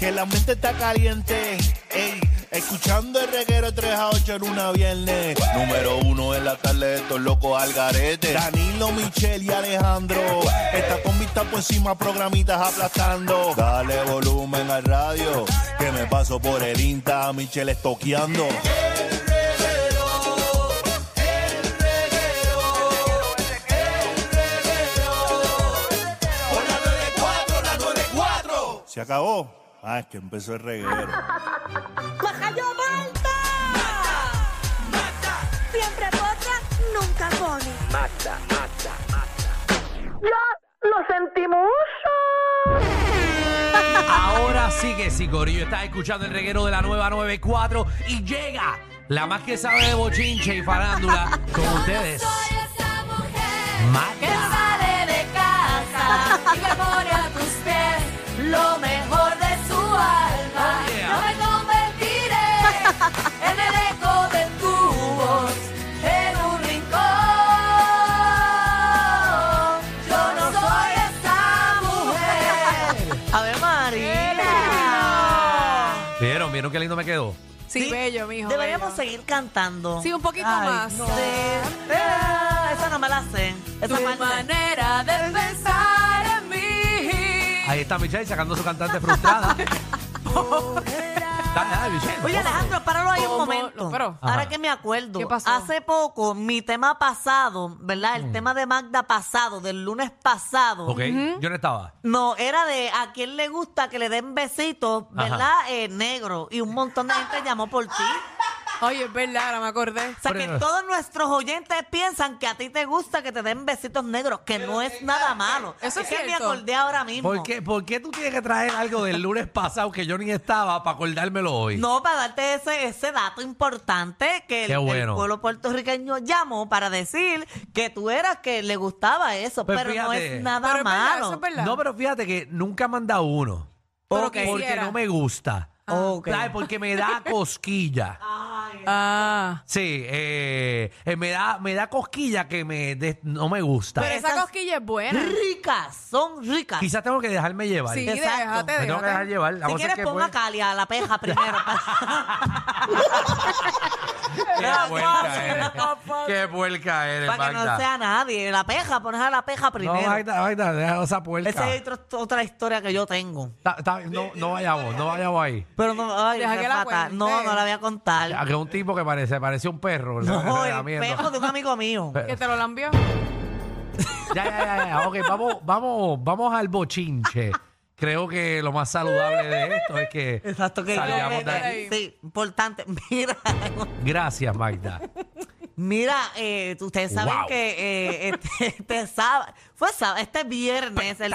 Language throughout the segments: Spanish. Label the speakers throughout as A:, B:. A: el ambiente está caliente. Ey, escuchando el reguero 3 a 8 en una viernes.
B: Número uno en la tarde de estos locos al garete.
A: Danilo, Michelle y Alejandro. Esta combi está por encima, programitas aplastando.
B: Dale volumen al radio, que me paso por el Insta, Michelle estoqueando.
A: ¿Se acabó? Ah, es que empezó el reguero.
C: ¡Bajayo Malta! Siempre potra, nunca pone. ¡Ya lo sentimos!
D: Ahora sí que sí, Corillo. Estás escuchando el reguero de la nueva 94 y llega la más que sabe de bochinche y farándula con ustedes. Maca.
E: sale de casa y me pone a tus pies lo mejor de su alma.
D: Oh, yeah.
E: Yo me convertiré en el eco de tu voz en un rincón. Yo no soy esa mujer.
F: Ave María.
D: ¿Vieron? ¿Vieron qué lindo me quedó?
G: Sí, bello, mijo. bello.
F: Deberíamos seguir cantando.
G: Sí, un poquito más.
F: no. De- Ah, esa no me la sé. Esa
E: Tu
F: parte.
E: manera de pensar en mí.
D: Ahí está Michelle sacando su cantante frustrada. Dale, dale, Michelle.
F: Oye, Alejandro, páralo ahí un
G: ¿Cómo?
F: momento.
G: No, pero-
F: Ahora
D: Ajá.
F: que me acuerdo,
G: ¿Qué pasó?
F: hace poco mi tema pasado, ¿verdad? El tema de Magda pasado, del lunes pasado.
D: Ok, yo no estaba.
F: No, era de a quién le gusta que le den besitos, ¿verdad? Eh, negro. Y un montón de gente llamó por ti.
G: Oye, es verdad, ahora me acordé.
F: O sea, que
D: Pero-
F: todos nuestros oyentes piensan que a ti te gusta que te den besitos negros, que no es nada malo.
G: Eso es
F: que me
G: cierto.
F: acordé ahora mismo.
D: ¿Por qué, por qué tú tienes que traer algo del lunes pasado que yo ni estaba para acordármelo hoy?
F: No, para darte ese, ese dato importante que el,
D: Qué
F: el
D: bueno.
F: pueblo puertorriqueño llamó para decir que tú eras que le gustaba eso,
D: Pues
F: pero no
D: fíjate.
F: es nada
G: Pero es verdad,
F: malo.
G: eso es verdad.
D: No, pero fíjate que nunca me han dado uno.
G: Pero
D: Porque- porque
G: quisiera.
D: no me gusta.
F: Ok.
D: ¿Sabes? Porque me da cosquilla.
G: Ah.
D: Sí, eh, eh, me, da, me da cosquilla que me des- no me gusta.
G: Pero esa
F: esas-
G: cosquilla es buena.
F: Ricas, son ricas.
D: Quizás tengo que dejarme llevar.
G: Sí,
D: me
F: Exacto.
G: déjate,
D: tengo que dejar
G: déjate.
D: llevar. La
F: si
D: cosa es
F: quieres
D: que,
F: ponga a
D: pues,
F: Cali a la peja primero.
D: Qué puerca eres. Qué puerca eres,
F: Para que no
D: Magda.
F: sea nadie. La peja, pones a la peja
D: No,
F: primero.
D: Magda, Magda, deja esa puerca.
F: Esa es otra, otra historia que yo tengo.
D: Ta- ta- no, no vayamos, no vayamos ahí.
F: Pero no, ay,
G: Deja
F: qué
G: que la
F: fatal. No,
G: cuente.
F: no la voy a
D: Ya,
F: contar.
D: Que un tipo que parece, parece un perro.
F: No, el
D: relamiendo.
F: pejo de un amigo mío.
D: Pero-
G: Que te lo lambió.
D: Ya, ya, ya, ya. Ok, vamos, vamos, vamos al bochinche. Creo que lo más saludable de esto es que
F: Exacto, que
D: salgamos de aquí.
F: Sí, importante. Mira,
D: Gracias, Magda.
F: mira, eh, ustedes saben
D: Wow.
F: que eh, este, este sábado, fue sábado, este viernes, el,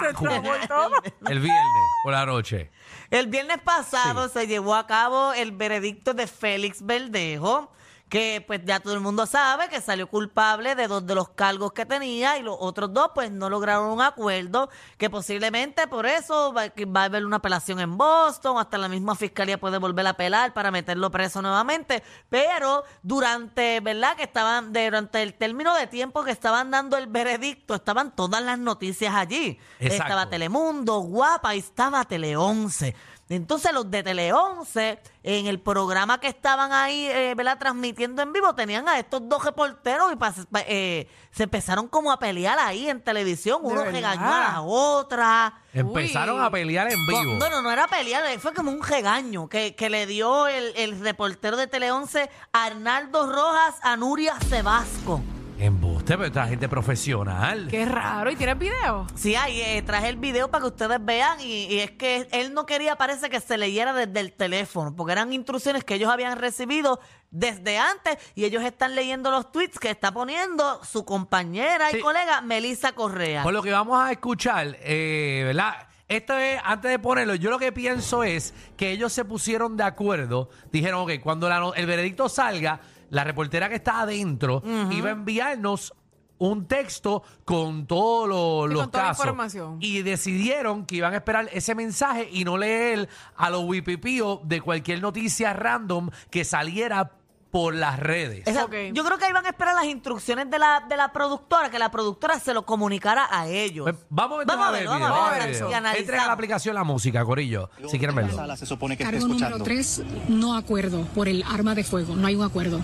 D: El viernes por la noche.
F: el viernes pasado se llevó a cabo el veredicto de Félix Verdejo, que pues ya todo el mundo sabe que salió culpable de dos de los cargos que tenía y los otros dos pues no lograron un acuerdo, que posiblemente por eso va, que va a haber una apelación en Boston, hasta la misma fiscalía puede volver a apelar para meterlo preso nuevamente, pero durante, ¿verdad? Que estaban, durante el término de tiempo que estaban dando el veredicto, estaban todas las noticias allí.
D: Exacto.
F: Estaba Tele Telemundo, este guapa, y estaba Tele 11. Entonces los de Tele 11, en el programa que estaban ahí, eh, ¿verdad? Transmitiendo en vivo, tenían a estos dos reporteros y pas- pa- eh, se empezaron como a pelear ahí en televisión.
G: ¿De
F: Uno
G: verdad?
F: regañó a la otra.
D: Empezaron
G: Uy.
D: a pelear en vivo.
F: No, no, no era pelear, eh, fue como un regaño que, que le dio el, el reportero de Tele 11, Arnaldo Rojas, a Nuria Sebasco.
D: Embuste, pero esta gente profesional.
G: Qué raro. ¿Y tienes video?
F: Sí, ahí eh, traje el video para que ustedes vean y, y es que él no quería, parece que se leyera desde el teléfono, porque eran instrucciones que ellos habían recibido desde antes y ellos están leyendo los tweets que está poniendo su compañera y
D: Sí.
F: colega Melissa Correa.
D: Por lo que vamos a escuchar, eh, ¿verdad? Esto es, antes de ponerlo, yo lo que pienso es que ellos se pusieron de acuerdo, dijeron, ok, cuando la no- el veredicto salga, la reportera que está adentro iba a enviarnos un texto con todos lo-
G: Sí,
D: los
G: con toda la
D: casos.
G: información.
D: Y decidieron que iban a esperar ese mensaje y no leer a los wipipío de cualquier noticia random que saliera por las redes.
F: Esa-
G: Ok.
F: Yo creo que ahí van a esperar las instrucciones de la, de la productora, que la productora se lo comunicara a ellos.
D: Pues vamos a ver,
F: Vamos a verlo, vamos a
D: ver
F: ver,
D: el video.
F: y analizamos.
D: Entren a la aplicación La Música, Corillo, si quieren verlo.
H: sala se supone que esté
I: Cargo número
H: escuchando.
I: 3, no acuerdo por el arma de fuego, no hay un acuerdo.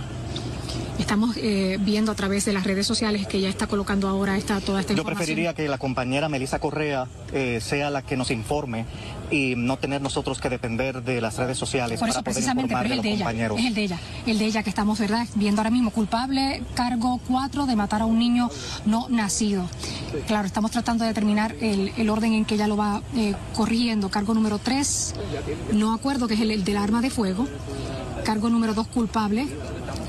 I: Estamos eh, viendo a través de las redes sociales que ya está colocando ahora esta, toda esta
H: Yo
I: información.
H: preferiría que la compañera Melissa Correa eh, sea la que nos informe y no tener nosotros que depender de las redes sociales
I: Por
H: para
I: eso
H: poder
I: precisamente,
H: informar
I: pero es el
H: de
I: de
H: los
I: ella,
H: compañeros.
I: es el de ella, el de ella que estamos, ¿verdad? Viendo ahora mismo culpable, cargo 4 de matar a un niño no nacido. Claro, estamos tratando de determinar el, el orden en que ella lo va eh, corriendo. Cargo número 3, no acuerdo, que es el, el del arma de fuego. Cargo número 2, culpable.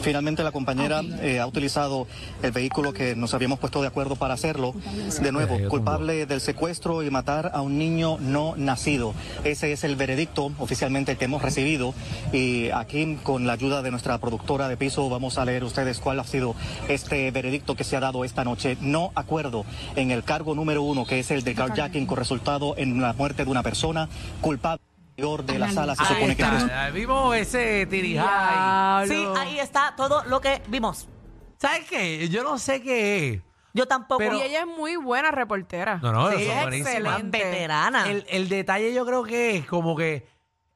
H: Finalmente la compañera eh, ha utilizado el vehículo que nos habíamos puesto de acuerdo para hacerlo. De
D: Ok, yo
H: nuevo,
D: tengo-
H: culpable del secuestro y matar a un niño no nacido. Ese es el veredicto oficialmente que hemos recibido y aquí con la ayuda de nuestra productora de piso vamos a leer ustedes cuál ha sido este veredicto que se ha dado esta noche. No acuerdo en el cargo número uno que es el de carjacking con resultado en la muerte de una persona culpable de la sala se
D: Ah, Ahí
H: supone que
D: está, Eh, Vimos ese tirijay.
F: Sí,
G: Diablo.
F: ahí está todo lo que vimos.
D: ¿Sabes qué? Yo no sé qué es.
F: Yo tampoco.
D: Pero-
G: y ella es muy buena reportera.
D: No, no, eso es
G: es
D: buenísimo.
G: excelente.
F: veterana.
D: El, el detalle yo creo que es como que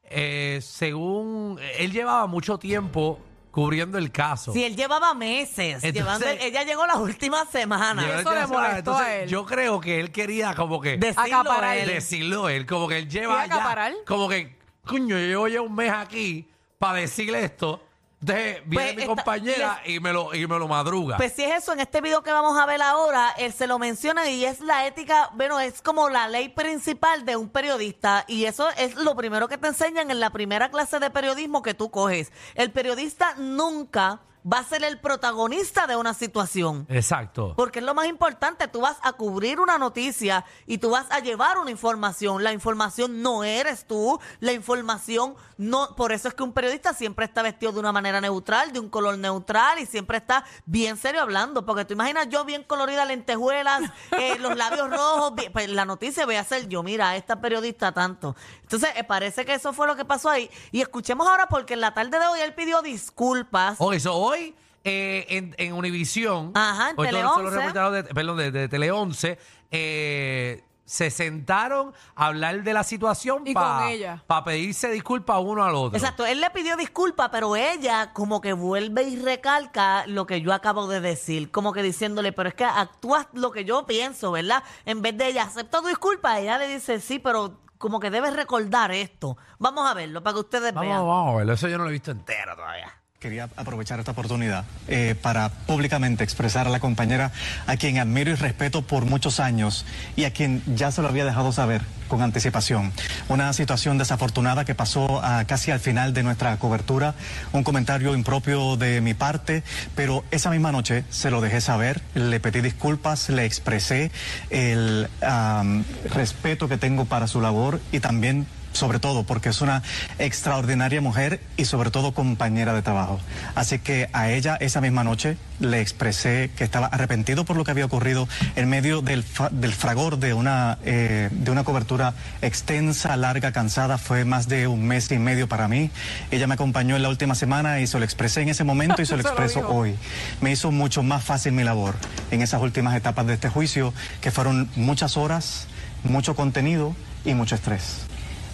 D: eh, según él llevaba mucho tiempo cubriendo el caso.
F: Si él llevaba meses,
D: Entonces-
F: llevando el- ella llegó la última semana.
D: Llevaba
G: Eso le
D: el caso,
G: molestó
D: Ah, entonces,
G: a él.
D: Yo creo que él quería como que
F: Decirlo
G: Acaparar.
F: él.
D: decirlo él, como que él lleva
G: ¿Quería acaparar?
D: ya, como que coño, yo llevo un mes aquí para decirle esto. Entonces viene
F: Pues
D: mi
F: esta-
D: compañera y me lo y me lo madruga.
F: Pues si es eso, en este video que vamos a ver ahora, él se lo menciona y es la ética, bueno, es como la ley principal de un periodista y eso es lo primero que te enseñan en la primera clase de periodismo que tú coges. El periodista nunca va a ser el protagonista de una situación.
D: Exacto.
F: Porque es lo más importante, tú vas a cubrir una noticia y tú vas a llevar una información. La información no eres tú, la información no... Por eso es que un periodista siempre está vestido de una manera neutral, de un color neutral y siempre está bien serio hablando. Porque tú imaginas yo bien colorida, lentejuelas, eh, los labios rojos, bien- pues la noticia voy a hacer yo, mira, a esta periodista tanto. Entonces, eh, parece que eso fue lo que pasó ahí. Y escuchemos ahora porque en la tarde de hoy él pidió disculpas.
D: Hoy, so, hoy eh, en, en Univisión,
F: Ajá, en
D: hoy
F: Tele
D: todos los
F: 11.
D: reporteros de, perdón, de, de Tele 11, eh, se sentaron a hablar de la situación
G: Y con
D: para
G: ella.
D: pedirse disculpas uno al otro.
F: Exacto, él le pidió disculpa, pero ella como que vuelve y recalca lo que yo acabo de decir, como que diciéndole, pero es que actúas lo que yo pienso, ¿verdad? En vez de ella, acepta tu disculpa, ella le dice, sí, pero como que debes recordar esto. Vamos a verlo para que ustedes vean.
D: Vamos, vamos a verlo. Eso yo no lo he visto entero todavía.
H: Quería aprovechar esta oportunidad eh, para públicamente expresar a la compañera a quien admiro y respeto por muchos años y a quien ya se lo había dejado saber con anticipación. Una situación desafortunada que pasó ah, casi al final de nuestra cobertura, un comentario impropio de mi parte, pero esa misma noche se lo dejé saber, le pedí disculpas, le expresé el am, respeto que tengo para su labor y también sobre todo porque es una extraordinaria mujer y sobre todo compañera de trabajo. Así que a ella esa misma noche le expresé que estaba arrepentido por lo que había ocurrido en medio del, fa- del fragor de una, eh, de una cobertura extensa, larga, cansada. Fue más de un mes y medio para mí. Ella me acompañó en la última semana y se lo expresé en ese momento y se lo
G: Se lo
H: expreso
G: dijo.
H: hoy hoy me hizo mucho más fácil mi labor en esas últimas etapas de este juicio, que fueron muchas horas, mucho contenido y mucho estrés.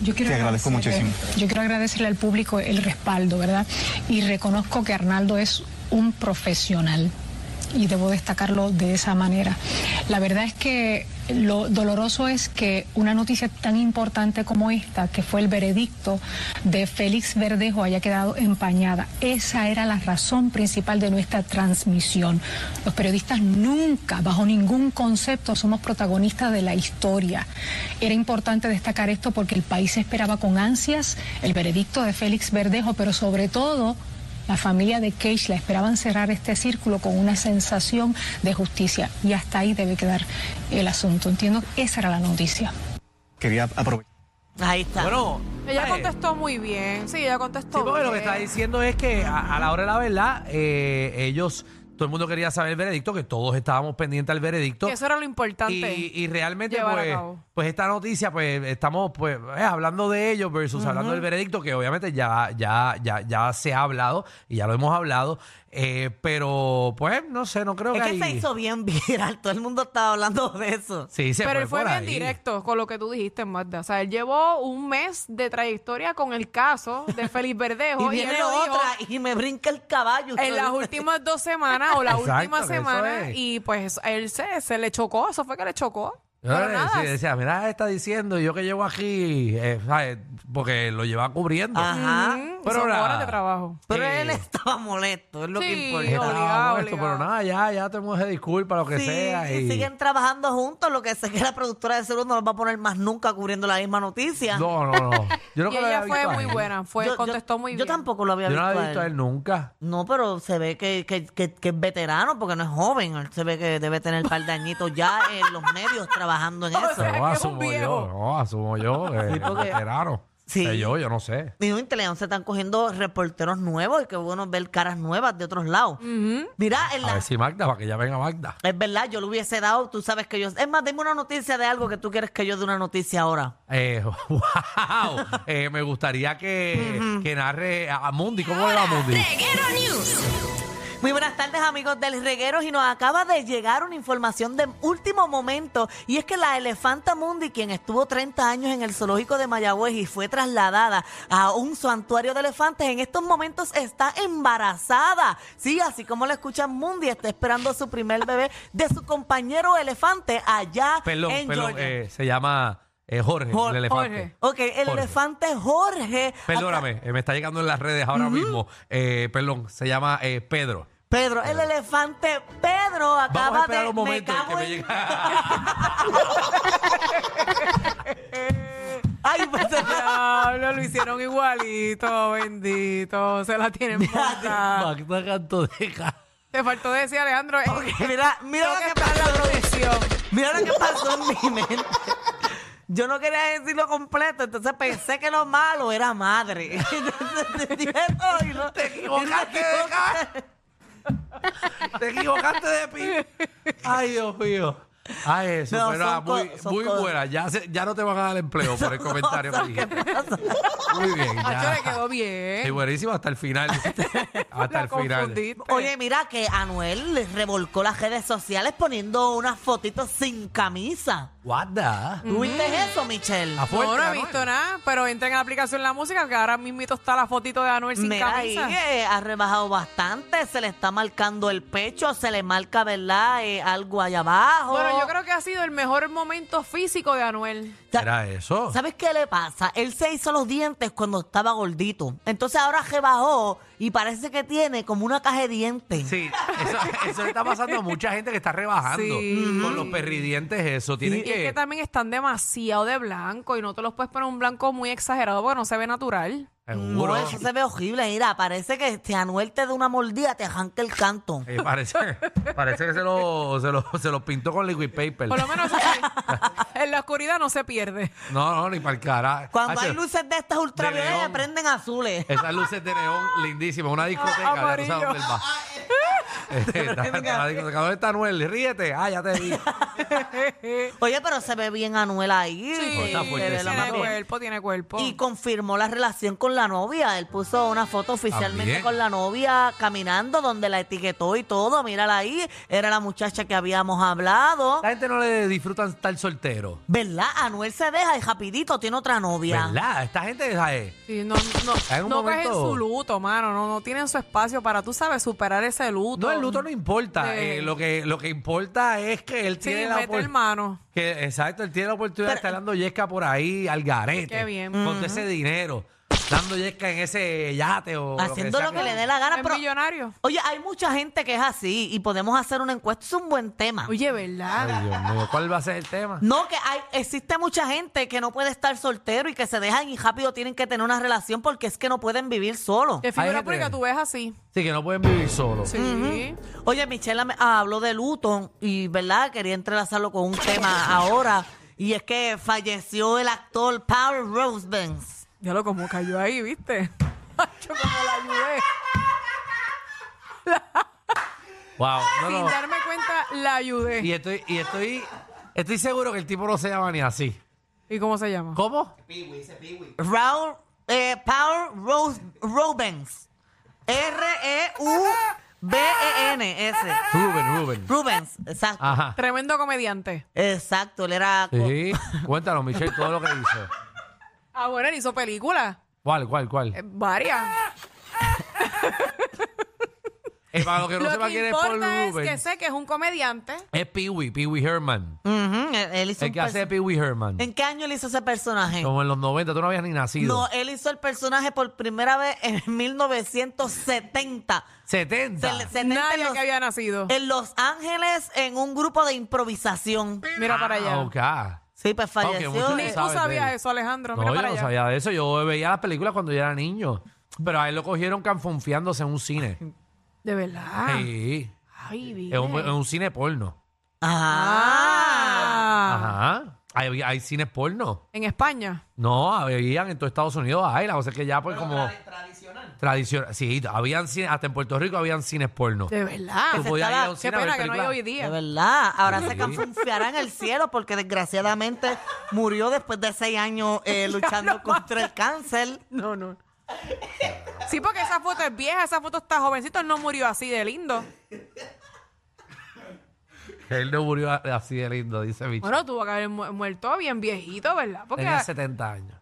I: Yo quiero
H: Te agradezco
I: agradecerle-
H: muchísimo.
I: Yo quiero agradecerle al público el respaldo, ¿verdad? Y reconozco que Arnaldo es un profesional y debo destacarlo de esa manera. La verdad es que lo doloroso es que una noticia tan importante como esta, que fue el veredicto de Félix Verdejo, haya quedado empañada. Esa era la razón principal de nuestra transmisión. Los periodistas nunca, bajo ningún concepto, somos protagonistas de la historia. Era importante destacar esto porque el país esperaba con ansias el veredicto de Félix Verdejo, pero sobre todo la familia de Keishla esperaban cerrar este círculo con una sensación de justicia y hasta ahí debe quedar el asunto. Entiendo que esa era la noticia.
H: Quería aprovechar.
F: Ahí está.
D: Bueno,
G: Ella
D: eh,
G: contestó muy bien. Sí, ella contestó.
D: sí, porque lo que
G: bien.
D: está diciendo es que a, a la hora de la verdad, eh, ellos, todo el mundo quería saber el veredicto, que todos estábamos pendientes al veredicto.
G: Que eso era lo importante.
D: Y, y realmente,
G: llevar a
D: pues,
G: cabo.
D: pues, pues esta noticia, pues estamos pues eh, hablando de ellos versus hablando del veredicto, que obviamente ya, ya, ya, ya se ha hablado y ya lo hemos hablado. eh, pero, pues, no sé, no creo
F: Es
D: que,
F: que se
D: ahí-
F: hizo bien viral. Todo el mundo estaba hablando de eso.
D: Sí, se
G: Pero
D: fue
G: él fue
D: por
G: bien
D: ahí.
G: directo con lo que tú dijiste, Magda. O sea, él llevó un mes de trayectoria con el caso de Félix Verdejo.
F: Y
G: él
F: viene
G: lo dijo
F: otra y me brinca el caballo.
G: En las últimas dos semanas o la
D: Exacto,
G: última
D: que eso
G: semana.
D: es.
G: Y pues él se, se le chocó. Eso fue que le chocó.
D: Yo
G: Pero
D: le
G: nada,
D: decía, decía, mira, está diciendo, y yo que llevo aquí, eh, ¿sabes? porque lo lleva cubriendo.
F: Ajá.
G: mm,
D: Pero
G: son
D: nada.
G: horas de trabajo.
F: Pero
D: Eh.
F: él estaba molesto, es lo que
G: Sí,
F: importa.
D: Estaba
G: obligado,
D: molesto,
G: obligado.
D: pero nada, ya, ya tenemos de disculpa, lo que
F: Sí,
D: sea.
F: y
D: y-
F: siguen trabajando juntos, lo que sé que la productora de Salud no los va a poner más nunca cubriendo la misma noticia.
D: No, no, no. Yo
G: Y
D: nunca lo había
G: ella
D: visto
G: fue
D: a
G: muy
D: él.
G: buena. Fue, contestó muy bien.
F: Yo tampoco lo había
D: Yo no lo
F: visto.
D: había
F: a
D: visto a
F: él.
D: él nunca.
F: No, pero se ve que, que, que- que es veterano porque no es joven. Él se ve que debe tener un par de añitos ya en los medios trabajando en eso.
G: sea,
D: No,
G: que es un
D: asumo yo,
G: viejo.
D: no, asumo yo, que es veterano.
F: Sí.
D: Que yo, yo no sé.
F: Y en Teleón se están cogiendo reporteros nuevos y qué bueno ver caras nuevas de otros lados. Mira, en
D: A
F: la-
D: ver si Magda, para que ya venga Magda.
F: es verdad, yo le hubiese dado, tú sabes que yo... Es más, dime una noticia de algo que tú quieres que yo dé una noticia ahora.
D: Eh, wow. Eh, me gustaría que, que narre a a Mundi. ¿Cómo le va a Mundi?
F: Muy buenas tardes amigos del Reguero y nos acaba de llegar una información de último momento y es que la elefanta Mundi, quien estuvo 30 años en el zoológico de Mayagüez y fue trasladada a un santuario de elefantes, en estos momentos está embarazada. Sí, así como la escuchan Mundi, está esperando su primer bebé de su compañero elefante allá
D: Perdón,
F: en
D: perdón.
F: Georgia.
D: eh, se llama eh, Jorge,
F: Jor-
D: el elefante.
G: Jorge.
F: Ok, el
D: Jorge.
F: elefante Jorge.
D: Perdóname, eh, me está llegando en las redes ahora mismo. Eh, perdón, se llama eh, Pedro.
F: Pedro, el elefante Pedro acaba
D: Vamos a esperar
F: de...
D: un momento
F: me cago
D: que me
F: en-
D: llega.
F: Ay, pues,
G: Diablo, lo hicieron igualito, bendito. Se la tienen montada.
D: Magda Canto de Ca-
G: Te faltó decir, Alejandro. eh,
F: Mira, mira
G: tengo
F: lo
G: que
F: que
G: parar la
F: pasó.
G: producción.
F: Mira lo que pasó en mi mente. Yo no quería decirlo completo, entonces pensé que lo malo era madre. Entonces, te dije eso y no-
D: Te equivocaste de Te equivocaste de pi. Ay, Dios mío. Ay, eso,
F: No,
D: pero
F: son
D: ah, muy,
F: co- son
D: muy
F: cosas.
D: buena. Ya, se- ya no te van a dar empleo por el comentario que dijiste. Muy bien,
G: Nacho,
D: ya.
G: le Ah, quedó bien.
D: Sí, buenísimo hasta el final. hasta
G: La
D: el final.
G: confundiste.
F: Oye, mira que Anuel les revolcó las redes sociales poniendo unas fotitos sin camisa.
D: What the?
F: ¿Tú viste eso, Michelle?
D: A fuerte,
G: no, no he
D: Anuel.
G: visto nada, pero entren a la aplicación La Música, que ahora mismito está la fotito de Anuel sin
F: Mira ahí,
G: camisa.
F: eh, ha rebajado bastante, se le está marcando el pecho, se le marca, ¿verdad? Eh, algo allá abajo.
G: Bueno, yo creo que ha sido el mejor momento físico de Anuel.
F: Sa-
D: Era eso.
F: ¿Sabes qué le pasa? Él se hizo los dientes cuando estaba gordito. Entonces ahora rebajó y parece que tiene como una caja de dientes.
D: Sí, eso, eso le está pasando a mucha gente que está rebajando
G: Sí.
D: con los perridientes eso. Tienen
G: Y
D: que...
G: es que también están demasiado de blanco y no te los puedes poner un blanco muy exagerado porque no se ve natural.
F: No,
D: Seguro.
F: eso se ve horrible. Mira, parece que este Anuel te da una mordida, te arranca el canto.
D: Eh, parece, parece que se lo, se, lo, se lo pintó con liquid paper.
G: Por lo menos eso sí, en la oscuridad no se pierde.
D: No, no, ni para el cara.
F: Cuando
D: Hacho,
F: hay luces de estas ultravioletas,
D: león.
F: prenden azules.
D: Esas luces de neón lindísimas, una discoteca, ya tú sabes
G: Amarillo.
D: dónde él va. Eh, está- está en la discoteca. ¿Dónde está Anuel? Ríete. Ah, ya te vi.
F: Oye, pero se ve bien Anuel ahí.
D: Eh. Oh, Pues está fuerte,
F: Se ve
D: sí.
F: la
G: tiene
D: mano.
F: mano.
G: cuerpo, tiene cuerpo.
F: Y confirmó la relación con la novia. Él puso una foto oficialmente
D: También.
F: con la novia caminando, donde la etiquetó y todo. Mírala ahí. Era la muchacha que habíamos hablado.
D: La gente no le disfruta estar soltero.
F: ¿Verdad? Anuel se deja y rapidito tiene otra novia.
D: ¿Verdad? Esta gente, ¿sabes?
G: Sí, no, no,
D: En un
G: no caes en
D: momento-
G: su luto, mano. No, no tienen su espacio para, tú sabes, superar ese luto.
D: No, el luto no importa.
G: Sí.
D: Eh, lo, que, lo que importa es que él
G: Sí,
D: tiene la
G: mete el
D: oportunidad.
G: mano.
D: Que, exacto, él tiene la oportunidad de estar dando yesca por ahí al garete.
G: Qué bien.
D: Con todo ese dinero. Dando yesca en ese yate o.
F: Haciendo
D: sea
F: lo que le dé la gana.
G: Es
F: Pero,
G: millonario.
F: oye, hay mucha gente que es así y podemos hacer una encuesta. Es un buen tema.
G: Oye, ¿verdad?
D: Ah. Ay, Dios mío, ¿cuál va a ser el tema?
F: No, que hay, existe mucha gente que no puede estar soltero y que se dejan y rápido tienen que tener una relación porque es que no pueden vivir solo.
G: De
D: Hay
G: figura
D: gente-
G: pública tú ves así.
D: Sí, que no pueden vivir solos.
G: Sí.
F: Oye, Michelle me- ah, habló de luto y, ¿verdad? Quería entrelazarlo con un tema ahora. Y es que falleció el actor Paul Rosebens.
G: Ya lo como cayó ahí, ¿viste? Yo como la ayudé.
D: Wow. No,
G: Sin
D: no.
G: darme cuenta, la ayudé.
D: Y estoy, y estoy, estoy seguro que el tipo no se llama ni así.
G: ¿Y cómo se llama?
D: ¿Cómo?
F: Raúl, eh, Paul Rose, Rubens. E R-E-U-B-E-N-S.
D: Rubén, Rubén.
F: E Rubens, exacto.
D: Ajá.
G: Tremendo comediante.
F: Exacto, él era. co-
D: Ah. Sí. Cuéntanos, Michelle, todo lo que hizo.
G: Ah, bueno, él hizo películas.
D: ¿Cuál, cuál, cuál?
G: eh,
D: Ah.
G: varias.
D: Eh, para lo que no
G: Lo
D: sepa
G: que
D: quién es Paul
G: importa es que
D: Rubens.
G: sé que es un comediante.
D: Es Pee-wee, Pee-wee Herman.
G: Mm,
F: Ujú, él- él hizo
D: El
F: un
D: que
G: pues
D: hace de
F: perso-
D: Pee-wee Herman.
F: ¿En qué año él hizo ese personaje?
D: Como en los 90, tú no habías ni nacido.
F: No, él hizo el personaje por primera vez en 1970. Se
D: 70.
F: le- 70 en,
G: Nadie
F: los,
G: que había nacido.
D: Eh.
F: en Los Ángeles en un grupo de improvisación.
G: Mira para
D: Ah,
G: allá.
D: ok. Ah,
F: Sí, pues falleció.
D: mucho
G: Ni
D: no
F: eh,
G: tú
D: sabes de
G: sabías
D: él.
G: eso, Alejandro.
D: No,
G: Mira
D: yo
G: para
D: no
G: allá.
D: sabía de eso. Yo veía las películas cuando yo era niño. Pero a él lo cogieron canfonfiándose en un cine.
G: De verdad.
D: Sí.
G: Ay, bien.
D: En un, en un cine porno.
G: Ah.
F: Ah.
D: Ajá. Hay, hay cines porno.
G: En España.
D: No, habían en todo Estados Unidos. Ay, la cosa es que ya pues como... tradicional. Tradicional. Sí, habían cine- hasta en Puerto Rico habían cines porno.
G: De verdad.
D: Tú
F: se
D: podías ir Pues
F: estaba-
D: a un
G: Qué
D: cine a ver
G: pena que no hay
D: películas.
G: hoy
F: De
G: día.
F: verdad, ahora se
D: Sí.
F: canfunfiará en el cielo porque desgraciadamente murió después de seis años eh, luchando contra el cáncer.
G: No, no. Sí, porque esa foto es vieja, esa foto está jovencito, él no murió así de lindo.
D: Él no murió así de lindo, dice Michelle.
G: Bueno, tuvo que haber mu- muerto bien viejito, ¿verdad? Porque.
D: Tenía 70 años.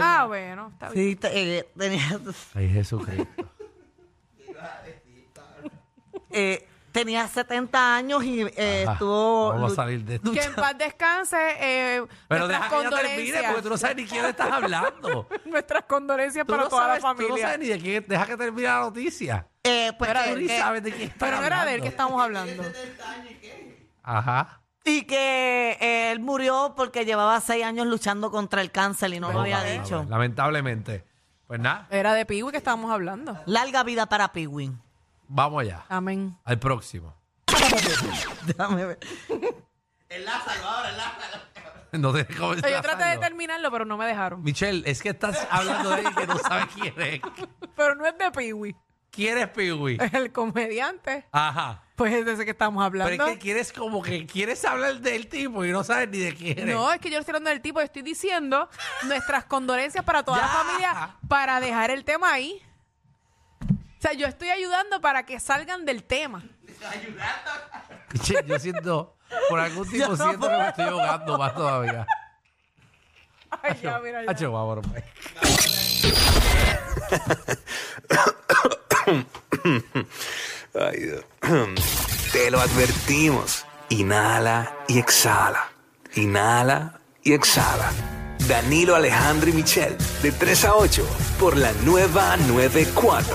G: Ah, bueno, está bien.
F: Sí, te- eh, tenía,
D: Ay, Jesucristo.
F: eh, tenía 70 años y eh,
D: Ajá,
F: estuvo...
D: Ah, Vamos a
F: lu-
D: salir de esto.
G: Que en paz descanse. Eh,
D: Pero deja
G: nuestras
D: que ella termine
G: condolencias.
D: porque tú no sabes ni quién estás hablando.
G: Nuestras condolencias
D: Tú
G: para
D: no
G: toda
D: sabes-
G: la
D: Tú no
G: familia.
D: sabes ni de quién. Deja que termine la noticia.
F: eh, pues,
D: Pero
F: que-
D: tú ni
F: que-
D: sabes de quién estás
G: Pero no era de él
D: hablando.
G: que estamos hablando.
D: Ajá.
F: Y que eh, él murió porque llevaba seis años luchando contra el cáncer y no
D: Bueno,
F: lo había
D: vale,
F: dicho.
D: vale. Lamentablemente. Pues nada,
G: Era de Piwi que estábamos hablando.
F: Larga vida para Piwin.
D: vamos allá.
G: Amén.
D: Al próximo.
F: Déjame ver.
D: No te dejo
G: Yo traté de
D: enlazarlo.
G: terminarlo, pero no me dejaron.
D: Michelle, es que estás hablando de alguien que no sabe quién es.
G: Pero no es de Piwi,
D: ¿Quién es Piwi?
G: es el comediante.
D: Ajá.
G: Pues es de ese que estamos
D: Pero
G: hablando.
D: es que quieres como que quieres hablar del tipo y no sabes ni de quién es.
G: No, es que yo no estoy hablando del tipo, yo estoy diciendo nuestras condolencias para toda la
D: Ya.
G: familia para dejar el tema ahí. O sea, yo estoy ayudando para que salgan del tema.
D: Che, yo siento, por algún tipo
F: no
D: siento que me estoy ahogando más todavía.
G: Ay, ya, mira, ya.
D: Hacho, vámonos, pues.
J: Ay, Dios. Te lo advertimos. Inhala y exhala. Inhala y exhala. Danilo Alejandro y Michel, de 3 a 8, por la nueva 94.